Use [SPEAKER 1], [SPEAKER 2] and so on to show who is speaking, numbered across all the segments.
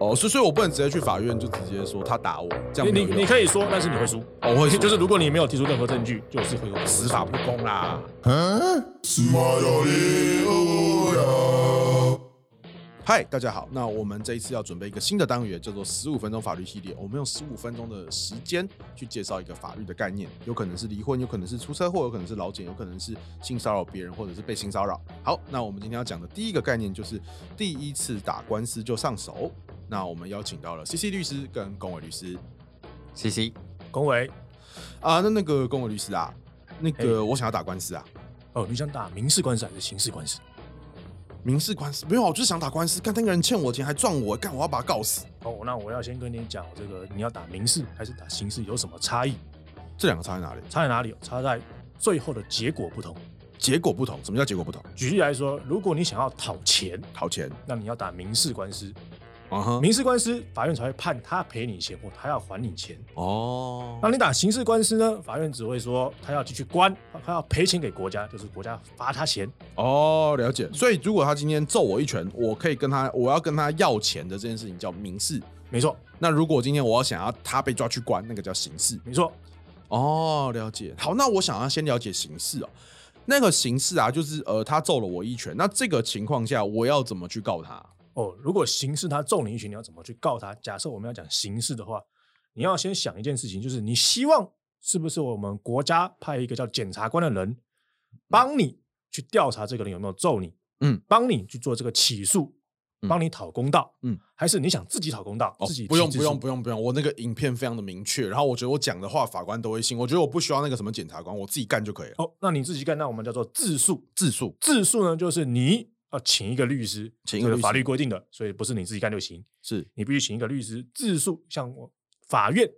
[SPEAKER 1] 哦，所以所以我不能直接去法院就直接说他打我，这样
[SPEAKER 2] 你
[SPEAKER 1] 没
[SPEAKER 2] 你
[SPEAKER 1] 有
[SPEAKER 2] 你
[SPEAKER 1] 用
[SPEAKER 2] 可以说，但是你会输。
[SPEAKER 1] 哦我会输
[SPEAKER 2] 就是如果你没有提出任何证据，就是会输。
[SPEAKER 1] 执法不公啦。嗨，大家好，那我们这一次要准备一个新的单元，叫做十五分钟法律系列。我们用十五分钟的时间去介绍一个法律的概念，有可能是离婚，有可能是出车祸，有可能是劳检，有可能是性骚扰别人或者是被性骚扰。好，那我们今天要讲的第一个概念就是第一次打官司就上手。那我们邀请到了 C C 律师跟龚伟律师。
[SPEAKER 3] C C，
[SPEAKER 2] 龚维，
[SPEAKER 1] 啊，那那个公委律师啊，那
[SPEAKER 2] 嘿
[SPEAKER 1] 个我想要打官司啊，
[SPEAKER 2] 哦，你想打民事官司还是刑事官司？
[SPEAKER 1] 民事官司没有啊，我就是想打官司，干那个人欠我钱还撞我，干我要把他告死，
[SPEAKER 2] 哦，那我要先跟你讲，这个你要打民事还是打刑事有什么差异？
[SPEAKER 1] 这两个差在哪里？
[SPEAKER 2] 差在哪里？哦差在最后的结果不同。
[SPEAKER 1] 结果不同，什么叫结果不同？
[SPEAKER 2] 举例来说，如果你想要讨钱，
[SPEAKER 1] 讨钱
[SPEAKER 2] 那你要打民事官司，
[SPEAKER 1] 啊哈，
[SPEAKER 2] 民事官司法院才会判他赔你钱或他要还你钱。
[SPEAKER 1] 哦
[SPEAKER 2] 那你打刑事官司呢？法院只会说他要继续关，他要赔钱给国家，就是国家罚他钱。
[SPEAKER 1] 哦，了解。所以如果他今天揍我一拳，我可以跟他，我要跟他要钱的这件事情叫民事。
[SPEAKER 2] 没错，
[SPEAKER 1] 那如果今天我要想要他被抓去关，那个叫刑事。
[SPEAKER 2] 没错，
[SPEAKER 1] 哦，了解。好，那我想要先了解形式哦。那个形式啊，就是呃，他揍了我一拳，那这个情况下我要怎么去告他？
[SPEAKER 2] 哦，如果刑事他揍你一拳，你要怎么去告他？假设我们要讲刑事的话，你要先想一件事情，就是你希望是不是我们国家派一个叫检察官的
[SPEAKER 1] 嗯
[SPEAKER 2] 人帮你去调查这个人有没有揍你，
[SPEAKER 1] 嗯，
[SPEAKER 2] 帮你去做这个起诉，
[SPEAKER 1] 嗯
[SPEAKER 2] 帮你讨公道，
[SPEAKER 1] 嗯，
[SPEAKER 2] 还是你想自己讨公道，
[SPEAKER 1] 哦
[SPEAKER 2] 自己，
[SPEAKER 1] 不用不
[SPEAKER 2] 提自
[SPEAKER 1] 用
[SPEAKER 2] 诉
[SPEAKER 1] 不用不用，我那个影片非常的明确，然后我觉得我讲的话法官都会信，我觉得我不需要那个什么检察官，我自己干就可以了。
[SPEAKER 2] 哦，那你自己干，那我们叫做自诉。
[SPEAKER 1] 自诉
[SPEAKER 2] 自诉呢，就是你要请一个律师，
[SPEAKER 1] 请一
[SPEAKER 2] 这
[SPEAKER 1] 个律师
[SPEAKER 2] 法律规定的，所以不是你自己干就行，
[SPEAKER 1] 是
[SPEAKER 2] 你必须请一个律师自诉，向我法院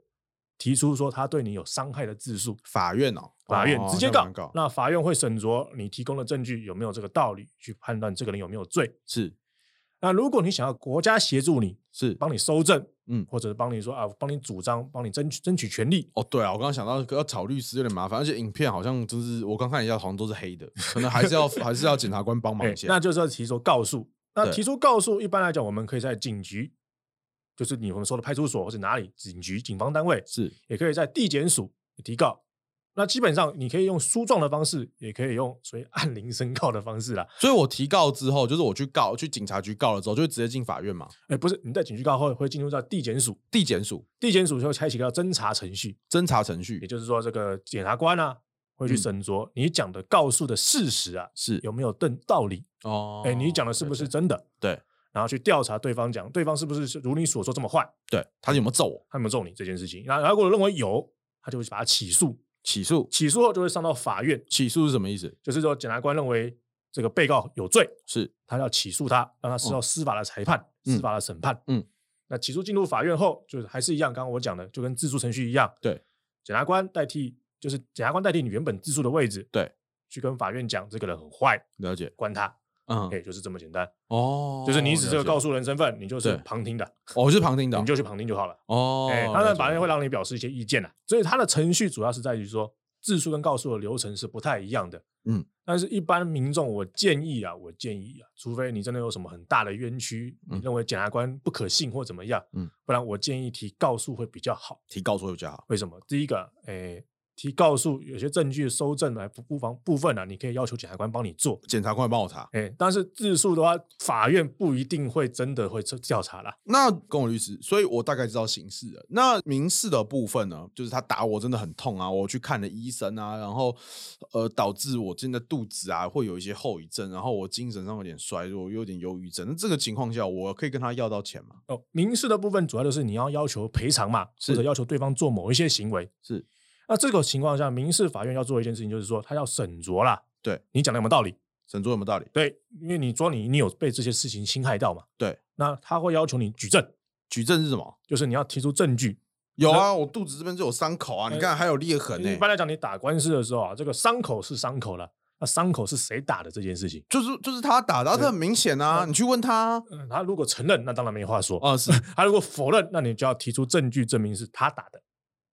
[SPEAKER 2] 提出说他对你有伤害的自诉，
[SPEAKER 1] 法院哦，
[SPEAKER 2] 法院
[SPEAKER 1] 哦
[SPEAKER 2] 直接
[SPEAKER 1] 那
[SPEAKER 2] 告
[SPEAKER 1] 蛮，告
[SPEAKER 2] 那法院会审酌你提供的证据有没有这个道理，去判断这个人有没有罪。
[SPEAKER 1] 是
[SPEAKER 2] 那如果你想要国家协助你，
[SPEAKER 1] 是
[SPEAKER 2] 帮你搜证，
[SPEAKER 1] 嗯
[SPEAKER 2] 或者帮你说啊，帮你主张，帮你争取争取权利，
[SPEAKER 1] 哦，对啊，我刚刚想到要找律师有点麻烦，而且影片好像就是我刚看一下，好像都是黑的，可能还是要 还是要检察官帮忙
[SPEAKER 2] 哎
[SPEAKER 1] 一下。
[SPEAKER 2] 那就是要提出告诉。那
[SPEAKER 1] 对
[SPEAKER 2] 提出告诉，一般来讲，我们可以在警局，就是你我们说的派出所或者哪里警局、警方单位，
[SPEAKER 1] 是
[SPEAKER 2] 也可以在地检署提告。那基本上你可以用诉状的方式，也可以用所谓 按铃申告的方式啦。
[SPEAKER 1] 所以我提告之后，就是我去告，去警察局告了之后，就会直接进法院嘛，
[SPEAKER 2] 哎，不是，你在警局告后会进入到地检署，
[SPEAKER 1] 地检署
[SPEAKER 2] 地检署就会开启一个侦查程序，
[SPEAKER 1] 侦查程
[SPEAKER 2] 也
[SPEAKER 1] 序
[SPEAKER 2] 就是说，这个检察官啊会去
[SPEAKER 1] 嗯
[SPEAKER 2] 审酌你讲的告诉的事实啊
[SPEAKER 1] 是
[SPEAKER 2] 有没有正道理，
[SPEAKER 1] 哦。
[SPEAKER 2] 哎，你讲的是不是真的？
[SPEAKER 1] 对？对，
[SPEAKER 2] 然后去调查对方讲对方是不是如你所说这么坏。
[SPEAKER 1] 对他有没有揍我？
[SPEAKER 2] 他有没有揍你这件事情。那然后如果认为有，他就会把他起诉，
[SPEAKER 1] 起诉
[SPEAKER 2] 起诉后就会上到法院，
[SPEAKER 1] 起诉是什么意思？
[SPEAKER 2] 就是说检察官认为这个被告有罪，
[SPEAKER 1] 是
[SPEAKER 2] 他要起诉他，让他受到司法的裁判、
[SPEAKER 1] 哦嗯
[SPEAKER 2] 司法的审判。
[SPEAKER 1] 嗯，
[SPEAKER 2] 那起诉进入法院后，就是还是一样，刚刚我讲的，就跟自诉程序一样，
[SPEAKER 1] 对，
[SPEAKER 2] 检察官代替，就是检察官代替你原本自诉的位置，
[SPEAKER 1] 对，
[SPEAKER 2] 去跟法院讲这个人很坏，
[SPEAKER 1] 了解，
[SPEAKER 2] 关他，
[SPEAKER 1] 嗯
[SPEAKER 2] 哎、，就是这么简单，
[SPEAKER 1] 哦，
[SPEAKER 2] 就是你只是
[SPEAKER 1] 了
[SPEAKER 2] 个
[SPEAKER 1] 解
[SPEAKER 2] 告诉人身份，你就是
[SPEAKER 1] 对
[SPEAKER 2] 旁听的，
[SPEAKER 1] 哦，我是旁听的
[SPEAKER 2] 你就去旁听就好了。
[SPEAKER 1] 哦，
[SPEAKER 2] 哎、
[SPEAKER 1] 了
[SPEAKER 2] 当然
[SPEAKER 1] 解
[SPEAKER 2] 法院会让你表示一些意见啦。所以它的程序主要是在于说，自诉跟告诉的流程是不太一样的。
[SPEAKER 1] 嗯，
[SPEAKER 2] 但是一般民众，我建议啊，我建议啊，除非你真的有什么很大的冤屈，
[SPEAKER 1] 嗯
[SPEAKER 2] 你认为检察官不可信或怎么样，
[SPEAKER 1] 嗯，
[SPEAKER 2] 不然我建议提告诉会比较好。
[SPEAKER 1] 提告说有家好，
[SPEAKER 2] 为什么？第一个，哎、提告诉有些证据收证来不不妨部分啊，你可以要求检察官帮你做。
[SPEAKER 1] 检察官帮我查。
[SPEAKER 2] 哎、但是自诉的话，法院不一定会真的会调查啦。
[SPEAKER 1] 那跟我律师，所以我大概知道刑事了。那民事的部分呢，就是他打我真的很痛啊，我去看了医生啊，然后呃导致我真的肚子啊会有一些后遗症，然后我精神上有点衰弱，有点忧郁症。那这个情况下，我可以跟他要到钱吗？
[SPEAKER 2] 哦，民事的部分主要就是你要要求赔偿嘛，
[SPEAKER 1] 是
[SPEAKER 2] 或者要求对方做某一些行为。
[SPEAKER 1] 是
[SPEAKER 2] 那这个情况下，民事法院要做一件事情，就是说他要审酌啦，
[SPEAKER 1] 对
[SPEAKER 2] 你讲的有没有道理？
[SPEAKER 1] 沈卓有没有道理？
[SPEAKER 2] 对，因为你说你你有被这些事情侵害到嘛，
[SPEAKER 1] 对，
[SPEAKER 2] 那他会要求你举证，
[SPEAKER 1] 举证是什么？
[SPEAKER 2] 就是你要提出证据。
[SPEAKER 1] 有啊，我肚子这边就有伤口啊，
[SPEAKER 2] 哎
[SPEAKER 1] 你看还有裂痕呢、
[SPEAKER 2] 一般来讲，你打官司的时候啊，这个伤口是伤口了，那伤口是谁打的这件事情，
[SPEAKER 1] 就是就是他打的啊，
[SPEAKER 2] 对
[SPEAKER 1] 这很明显啊，
[SPEAKER 2] 嗯
[SPEAKER 1] 你去问他 啊
[SPEAKER 2] 嗯，他如果承认，那当然没话说；
[SPEAKER 1] 啊，是
[SPEAKER 2] 他如果否认，那你就要提出证据证明是他打的。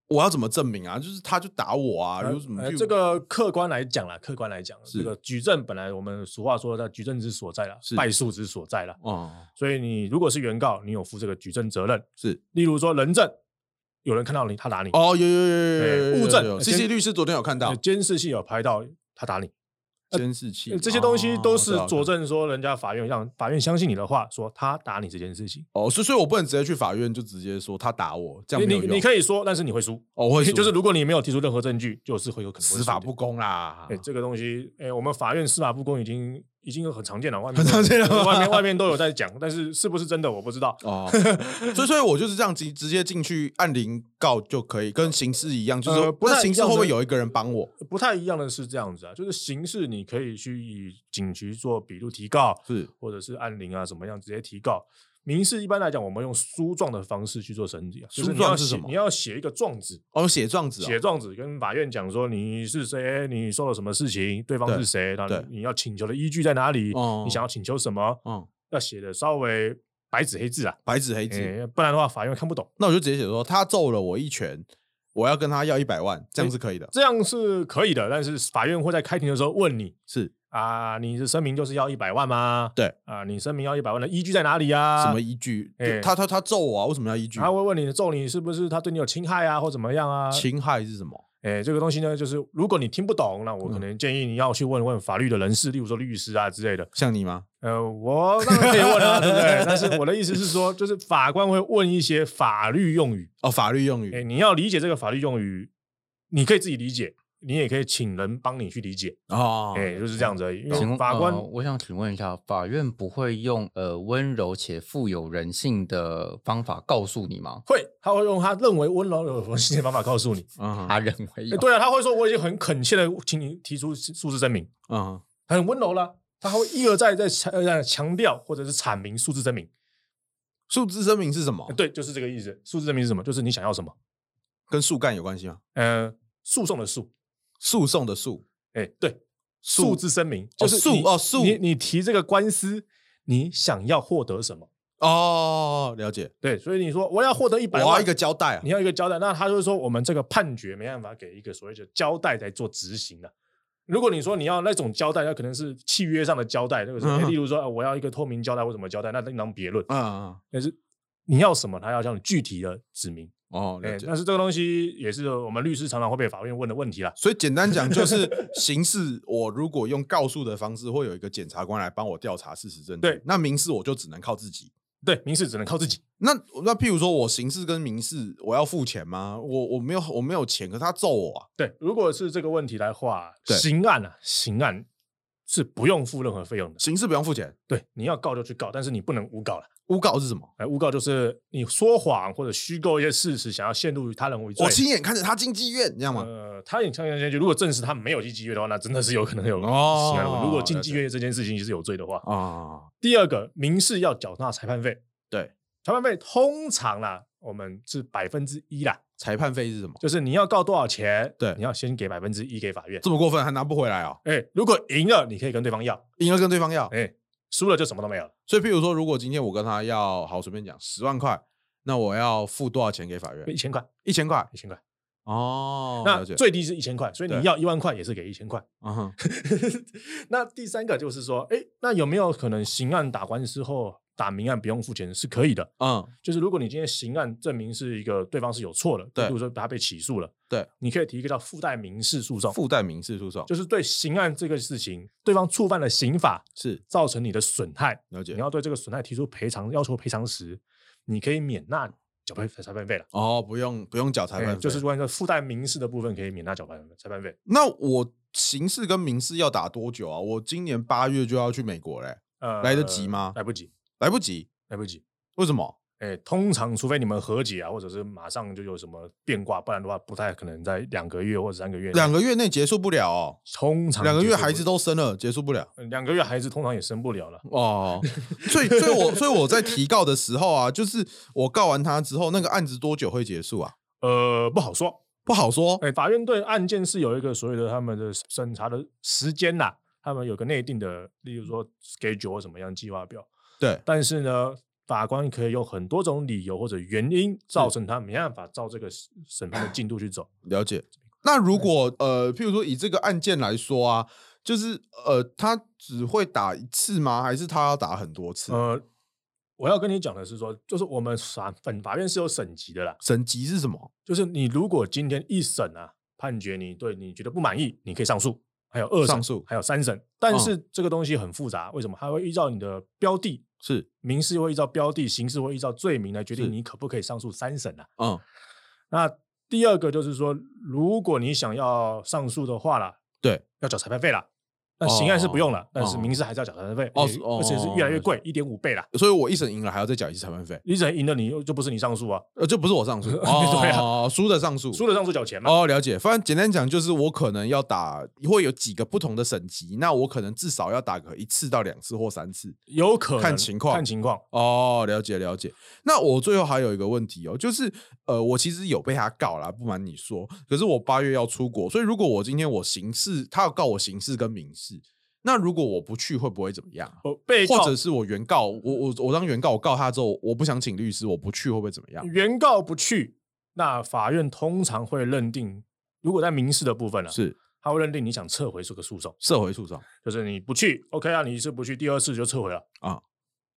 [SPEAKER 1] 我要怎么证明啊？就是他就打我啊，
[SPEAKER 2] 呃
[SPEAKER 1] 有什么
[SPEAKER 2] 呃
[SPEAKER 1] 去、
[SPEAKER 2] 这个客观来讲啦，客观来讲，
[SPEAKER 1] 是
[SPEAKER 2] 这个举证本来我们俗话说的，举证之所在啦
[SPEAKER 1] 是，
[SPEAKER 2] 败诉之所在啦。
[SPEAKER 1] 哦，
[SPEAKER 2] 所以你如果是原告，你有负这个举证责任。
[SPEAKER 1] 是
[SPEAKER 2] 例如说人证，有人看到你，他打你，
[SPEAKER 1] 哦，有有有有有有有
[SPEAKER 2] 对物证
[SPEAKER 1] 有有
[SPEAKER 2] 呃
[SPEAKER 1] ，C C
[SPEAKER 2] 监
[SPEAKER 1] 律师昨天有看到
[SPEAKER 2] 呃监视器有拍到他打你，
[SPEAKER 1] 监视器
[SPEAKER 2] 呃，这些东西
[SPEAKER 1] 哦
[SPEAKER 2] 都是
[SPEAKER 1] 我知道
[SPEAKER 2] 佐证说人家法院让法院相信你的话，说他打你这件事情。
[SPEAKER 1] 哦，所以所以我不能直接去法院就直接说他打我，这
[SPEAKER 2] 你
[SPEAKER 1] 样没有
[SPEAKER 2] 你
[SPEAKER 1] 用。
[SPEAKER 2] 你可以说，但是你会输，
[SPEAKER 1] 哦，我会输
[SPEAKER 2] 就是如果你没有提出任何证据，就是会有可能会输
[SPEAKER 1] 司法
[SPEAKER 2] 的
[SPEAKER 1] 不。公啦
[SPEAKER 2] 哎、。这个东西，哎、我们法院司法不公已经已经很常 见了，外面
[SPEAKER 1] 很常见了吗
[SPEAKER 2] 外面外面都有在讲，但是是不是真的我不知道。
[SPEAKER 1] 哦，所以所以我就是这样直直接进去按铃告就可以，跟刑事一样，就是
[SPEAKER 2] 呃
[SPEAKER 1] 说
[SPEAKER 2] 不太
[SPEAKER 1] 那刑事
[SPEAKER 2] 一样
[SPEAKER 1] 会不会
[SPEAKER 2] 是
[SPEAKER 1] 有一个人帮我？
[SPEAKER 2] 不太一样的是这样子啊，就是刑事你可以去以警局做笔录提告，
[SPEAKER 1] 是
[SPEAKER 2] 或者是按铃啊怎么样直接提告。民事一般来讲，我们用诉状的方式去做审理啊。就是
[SPEAKER 1] 诉
[SPEAKER 2] 你要
[SPEAKER 1] 状是
[SPEAKER 2] 写
[SPEAKER 1] 什么
[SPEAKER 2] 你要写一个状子，
[SPEAKER 1] 哦，写状子
[SPEAKER 2] 写
[SPEAKER 1] 哦，
[SPEAKER 2] 状子跟法院讲说你是谁，你受了什么事情，对方
[SPEAKER 1] 对
[SPEAKER 2] 是谁，然后
[SPEAKER 1] 对
[SPEAKER 2] 你要请求的依据在哪里，
[SPEAKER 1] 哦
[SPEAKER 2] 你想要请求什么，
[SPEAKER 1] 嗯，
[SPEAKER 2] 要写的稍微白纸黑字啊，
[SPEAKER 1] 白纸黑字。
[SPEAKER 2] 诶不然的话法院看不懂。
[SPEAKER 1] 那我就直接写说他揍了我一拳，我要跟他要一百万，这样是可以的。
[SPEAKER 2] 这样是可以的，但是法院会在开庭的时候问你
[SPEAKER 1] 是
[SPEAKER 2] 啊，你的声明就是要一百万吗？
[SPEAKER 1] 对
[SPEAKER 2] 啊，你声明要一百万的依据在哪里啊？
[SPEAKER 1] 什么？依据？就
[SPEAKER 2] 哎
[SPEAKER 1] 他他他揍我啊，为什么要依据？
[SPEAKER 2] 他会问你揍你是不是他对你有侵害啊，或怎么样啊？
[SPEAKER 1] 侵害是什么？
[SPEAKER 2] 哎，这个东西呢，就是如果你听不懂，那
[SPEAKER 1] 嗯
[SPEAKER 2] 我可能建议你要去问问法律的人士，例如说律师啊之类的。
[SPEAKER 1] 像你吗？
[SPEAKER 2] 呃， 我当然可以问啊，对不对？但是我的意思是说，就是法官会问一些法律用语，
[SPEAKER 1] 哦，法律用
[SPEAKER 2] 哎，
[SPEAKER 1] 语
[SPEAKER 2] 你要理解这个法律用语，你可以自己理解，你也可以请人帮你去理解，
[SPEAKER 1] 哦，
[SPEAKER 2] 哎，就是这样子而已。因
[SPEAKER 3] 请问
[SPEAKER 2] 为法官
[SPEAKER 3] 呃我想请问一下，法院不会用呃温柔且富有人性的方法告诉你吗？
[SPEAKER 2] 会，他会用他认为温柔有性的方法告诉你。
[SPEAKER 1] 嗯哼
[SPEAKER 3] 他认为
[SPEAKER 2] 哎
[SPEAKER 3] 有，
[SPEAKER 2] 对啊，他会说我已经很恳切的请你提出数字证明，
[SPEAKER 1] 嗯哼，
[SPEAKER 2] 很温柔了。他会一而再再强呃强调或者是阐明数字证明，
[SPEAKER 1] 数字声明是什么
[SPEAKER 2] 哎？对，就是这个意思。数字证明是什么？就是你想要什么。
[SPEAKER 1] 跟树干有关系吗？
[SPEAKER 2] 呃，诉讼的诉，
[SPEAKER 1] 诉讼的诉，
[SPEAKER 2] 哎，对，
[SPEAKER 1] 诉
[SPEAKER 2] 诉之声明，
[SPEAKER 1] 哦
[SPEAKER 2] 就是
[SPEAKER 1] 诉
[SPEAKER 2] 你
[SPEAKER 1] 哦诉
[SPEAKER 2] 你你提这个官司，你想要获得什么？
[SPEAKER 1] 哦，了解。
[SPEAKER 2] 对，所以你说我要获得一
[SPEAKER 1] 我
[SPEAKER 2] 百
[SPEAKER 1] 要
[SPEAKER 2] 万
[SPEAKER 1] 一个，交代啊
[SPEAKER 2] 你。要一个交代，那他就说我们这个判决没办法给一个所谓的交代来做执行的、如果你说你要那种交代，那可能是契约上的交代，那个是、
[SPEAKER 1] 嗯
[SPEAKER 2] 哎例如说、呃我要一个透明交代或什么交代，那另当别论。
[SPEAKER 1] 嗯嗯，嗯
[SPEAKER 2] 但是你要什么，他要这样具体的指明。
[SPEAKER 1] 哦，
[SPEAKER 2] 哎、
[SPEAKER 1] 了解。
[SPEAKER 2] 但是这个东西也是我们律师常常会被法院问的问题啦。
[SPEAKER 1] 所以简单讲，就是刑事我如果用告诉的方式，会有一个检察官来帮我调查事实证据。
[SPEAKER 2] 对
[SPEAKER 1] 那民事我就只能靠自己。
[SPEAKER 2] 对，民事只能靠自己。
[SPEAKER 1] 那那譬如说我刑事跟民事，我要付钱吗？我我没有我没有钱，可是他揍我啊。
[SPEAKER 2] 对，如果是这个问题来话，
[SPEAKER 1] 对
[SPEAKER 2] 刑案啊，刑案是不用付任何费用的。
[SPEAKER 1] 刑事不用付钱，
[SPEAKER 2] 对，你要告就去告，但是你不能诬告了。
[SPEAKER 1] 诬告是什么？
[SPEAKER 2] 哎，诬告就是你说谎或者虚构一些事实，想要陷入他人为罪。
[SPEAKER 1] 我亲眼看着他进妓院，你知道吗？
[SPEAKER 2] 呃，他也像像像，如果证实他没有进妓院的话，那真的是有可能有
[SPEAKER 1] 哦
[SPEAKER 2] 呃刑案的问题如果进
[SPEAKER 1] 了解
[SPEAKER 2] 妓院这件事情是有罪的话，
[SPEAKER 1] 啊，
[SPEAKER 2] 第二个民事要缴纳裁判费，
[SPEAKER 1] 对，
[SPEAKER 2] 裁判费通常啦，我们是百分之一啦，
[SPEAKER 1] 裁判费是什么？
[SPEAKER 2] 就是你要告多少钱，
[SPEAKER 1] 对
[SPEAKER 2] 你要先给百分之一给法院
[SPEAKER 1] 这。么过分还拿不回来啊？
[SPEAKER 2] 哎，如果赢了，你可以跟对方要。
[SPEAKER 1] 赢了跟对方要。
[SPEAKER 2] 哎，输了就什么都没有了。
[SPEAKER 1] 所以譬如说，如果今天我跟他要好随便讲十万块，那我要付多少钱给法
[SPEAKER 2] 一
[SPEAKER 1] 院？
[SPEAKER 2] 千块，
[SPEAKER 1] 一千块
[SPEAKER 2] 一千块，
[SPEAKER 1] 哦，
[SPEAKER 2] 那
[SPEAKER 1] 了解。
[SPEAKER 2] 最低是一千块，所以
[SPEAKER 1] 对
[SPEAKER 2] 你要一万块也是给一千块。
[SPEAKER 1] 嗯哼，
[SPEAKER 2] 那第三个就是说，哎，那有没有可能刑案打官司后打民案不用付钱是可以的？
[SPEAKER 1] 嗯，
[SPEAKER 2] 就是如果你今天刑案证明是一个对方是有错的，
[SPEAKER 1] 对
[SPEAKER 2] 比如说他被起诉了，
[SPEAKER 1] 对，
[SPEAKER 2] 你可以提一个叫附带民事诉讼，
[SPEAKER 1] 附带民事诉讼
[SPEAKER 2] 就是对刑案这个事情，对方触犯了刑法，
[SPEAKER 1] 是
[SPEAKER 2] 造成你的损害，
[SPEAKER 1] 了解
[SPEAKER 2] 你。要对这个损害提出赔偿，要求赔偿时，你可以免纳缴费裁判费了。
[SPEAKER 1] 哦，不用不用缴裁判
[SPEAKER 2] 哎
[SPEAKER 1] 费，
[SPEAKER 2] 就是关于附带民事的部分可以免纳缴判裁判费。
[SPEAKER 1] 那我刑事跟民事要打多久啊？我今年八月就要去美国嘞、
[SPEAKER 2] 呃，
[SPEAKER 1] 来得及吗
[SPEAKER 2] 来不及，
[SPEAKER 1] 来不及，
[SPEAKER 2] 来不及。
[SPEAKER 1] 为什么？
[SPEAKER 2] 哎，通常除非你们和解啊，或者是马上就有什么变卦，不然的话不太可能在两个月或者三个月内。
[SPEAKER 1] 两个月内结束不了哦，
[SPEAKER 2] 通常
[SPEAKER 1] 两个
[SPEAKER 2] 结
[SPEAKER 1] 月
[SPEAKER 2] 束
[SPEAKER 1] 孩
[SPEAKER 2] 不
[SPEAKER 1] 子
[SPEAKER 2] 了
[SPEAKER 1] 都生了，结束不了。
[SPEAKER 2] 呃两个月孩子通常也生不了了。
[SPEAKER 1] 哦，所以，所以我，所以我在提告的时候啊，就是我告完他之后，那个案子多久会结束啊？
[SPEAKER 2] 呃，不好说。
[SPEAKER 1] 不好说。
[SPEAKER 2] 哎，法院对案件是有一个所谓的他们的审查的时间呐、他们有个内定的，例如说 schedule 或什么样计划表。
[SPEAKER 1] 对，
[SPEAKER 2] 但是呢，法官可以用很多种理由或者原因造成他没办法照这个审判的进度去走。
[SPEAKER 1] 了解。那如果呃，譬如说以这个案件来说啊，就是呃，他只会打一次吗？还是他要打很多次？
[SPEAKER 2] 呃，我要跟你讲的是说，就是我们法本法院是有审级的啦，
[SPEAKER 1] 省级是什么？
[SPEAKER 2] 就是你如果今天一审啊判决你对你觉得不满意，你可以上诉，还有二审
[SPEAKER 1] 上诉嗯
[SPEAKER 2] 还有三审。但是这个东西很复杂，为什么？它会依照你的标的，
[SPEAKER 1] 是
[SPEAKER 2] 民事会依照标的，刑事会依照罪名来决
[SPEAKER 1] 是
[SPEAKER 2] 定你可不可以上诉三审啊。
[SPEAKER 1] 嗯，
[SPEAKER 2] 那第二个就是说，如果你想要上诉的话啦，
[SPEAKER 1] 对，
[SPEAKER 2] 要缴裁判费啦。那刑案是不用了，但是
[SPEAKER 1] 哦
[SPEAKER 2] 民事还是要缴裁判费，
[SPEAKER 1] 哦
[SPEAKER 2] 而且
[SPEAKER 1] 是哦
[SPEAKER 2] 而且是越来越贵，一点五倍啦。
[SPEAKER 1] 所以我一审赢了还要再缴一次裁判费，
[SPEAKER 2] 你只能赢了，你又就不是你上诉啊，
[SPEAKER 1] 呃，就不是我上诉
[SPEAKER 2] 对啊
[SPEAKER 1] 哦，输的上诉，
[SPEAKER 2] 输了上诉缴钱嘛。
[SPEAKER 1] 哦，了解。反正简单讲，就是我可能要打，会有几个不同的省级，那我可能至少要打个一次到两次或三次。
[SPEAKER 2] 有可能
[SPEAKER 1] 看情况
[SPEAKER 2] 看情况。
[SPEAKER 1] 哦，了解了解。那我最后还有一个问题哦，就是呃，我其实有被他告啦，不瞒你说，可是我八月要出国，所以如果我今天我刑事，他要告我刑事跟民事，那如果我不去会不会怎么样啊？
[SPEAKER 2] 呃，被
[SPEAKER 1] 或
[SPEAKER 2] 告
[SPEAKER 1] 者是我原告，我我我当原告，我告他之后，我不想请律师，我不去会不会怎么样？
[SPEAKER 2] 原告不去，那法院通常会认定，如果在民事的部分呢、啊，
[SPEAKER 1] 是
[SPEAKER 2] 他会认定你想撤回这个诉讼，
[SPEAKER 1] 社回诉讼
[SPEAKER 2] 就是你不去，OK 啊，你一次不去，第二次就撤回了
[SPEAKER 1] 啊。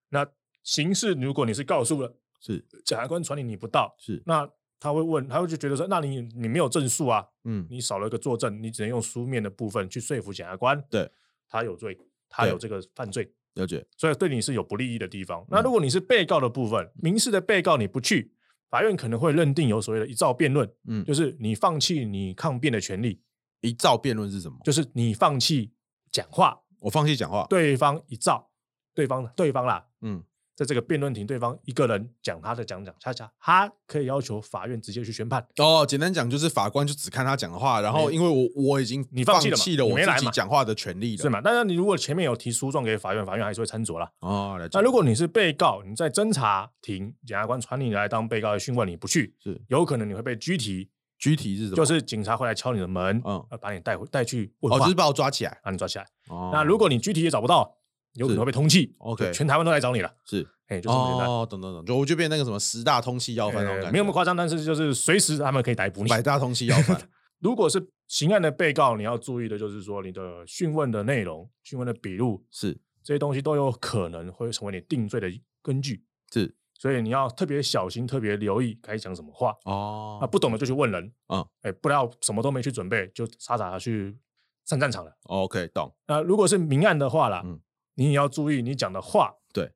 [SPEAKER 2] 那刑事如果你是告诉了
[SPEAKER 1] 是
[SPEAKER 2] 检察官传你你不到，
[SPEAKER 1] 是，
[SPEAKER 2] 那他会问，他会就觉得说，那你你没有证述啊，
[SPEAKER 1] 嗯，
[SPEAKER 2] 你少了一个作证，你只能用书面的部分去说服检察官，
[SPEAKER 1] 对，
[SPEAKER 2] 他有罪，他
[SPEAKER 1] 对
[SPEAKER 2] 有这个犯罪，
[SPEAKER 1] 了解，
[SPEAKER 2] 所以对你是有不利益的地方。那如果你是被告的部分，民事的被告你不去，法院可能会认定有所谓的一照辩论，
[SPEAKER 1] 嗯，
[SPEAKER 2] 就是你放弃你抗辩的权利，
[SPEAKER 1] 一照辩论是什么？
[SPEAKER 2] 就是你放弃讲话，
[SPEAKER 1] 我放弃讲话，
[SPEAKER 2] 对方一照，对方对方啦，
[SPEAKER 1] 嗯，
[SPEAKER 2] 在这个辩论庭，对方一个人讲他的讲讲，恰恰他可以要求法院直接去宣判。
[SPEAKER 1] 哦，简单讲就是法官就只看他讲的话，然后
[SPEAKER 2] 没
[SPEAKER 1] 因为我我已经
[SPEAKER 2] 嗯你
[SPEAKER 1] 放
[SPEAKER 2] 放弃了嘛
[SPEAKER 1] 弃了
[SPEAKER 2] 你
[SPEAKER 1] 我
[SPEAKER 2] 没来
[SPEAKER 1] 自己
[SPEAKER 2] 嘛
[SPEAKER 1] 讲话的权利了，
[SPEAKER 2] 是？嘛？当然，你如果前面有提诉状给法院，法院还是会参酌啦。
[SPEAKER 1] 哦，了解。
[SPEAKER 2] 那如果你是被告，你在侦查庭，检察官传你来当被告来讯问，你不去，
[SPEAKER 1] 是
[SPEAKER 2] 有可能你会被拘提，
[SPEAKER 1] 具体是什么？
[SPEAKER 2] 就是警察会来敲你的门，
[SPEAKER 1] 嗯
[SPEAKER 2] 嗯，把你带回带去问
[SPEAKER 1] 哦，
[SPEAKER 2] 话，
[SPEAKER 1] 就是把我抓起来。
[SPEAKER 2] 把你抓起来。
[SPEAKER 1] 哦
[SPEAKER 2] 那如果你具体也找不到，有可
[SPEAKER 1] 是
[SPEAKER 2] 能会被通缉。
[SPEAKER 1] OK
[SPEAKER 2] 就全台湾都来找你了。
[SPEAKER 1] 是
[SPEAKER 2] 哎，就这么简单，
[SPEAKER 1] 哦，懂懂懂，就我就变那个什么十大通缉要犯那种感
[SPEAKER 2] 呃
[SPEAKER 1] 觉，
[SPEAKER 2] 没有那么夸张，但是就是随时他们可以逮捕你。
[SPEAKER 1] 百大通缉要 犯
[SPEAKER 2] 如果是刑案的被告，你要注意的就是说你的讯问的内容、讯问的笔录
[SPEAKER 1] 是
[SPEAKER 2] 这些东西都有可能会成为你定罪的根据，
[SPEAKER 1] 是
[SPEAKER 2] 所以你要特别小心、特别留意该讲什么话。
[SPEAKER 1] 哦
[SPEAKER 2] 那不懂的就去问人，
[SPEAKER 1] 嗯
[SPEAKER 2] 嗯，哎，不要什么都没去准备，就傻傻的去上战场了。
[SPEAKER 1] 哦 OK 懂
[SPEAKER 2] 那如果是明案的话啦，
[SPEAKER 1] 嗯
[SPEAKER 2] 你也要注意你讲的话，
[SPEAKER 1] 对，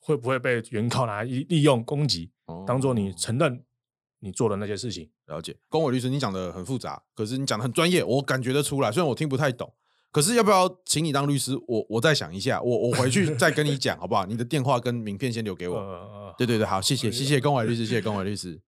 [SPEAKER 2] 会不会被原告拿来利利用攻击，当做你
[SPEAKER 1] 哦
[SPEAKER 2] 承认你做的那些事情。
[SPEAKER 1] 了解。龚伟律师，你讲的很复杂，可是你讲的很专业，我感觉得出来。虽然我听不太懂，可是要不要请你当律师？我我再想一下，我我回去再跟你讲，好不好？你的电话跟名片先留给我。
[SPEAKER 2] 呃，
[SPEAKER 1] 对对对，好，谢谢谢谢龚伟律师，谢谢龚伟律师。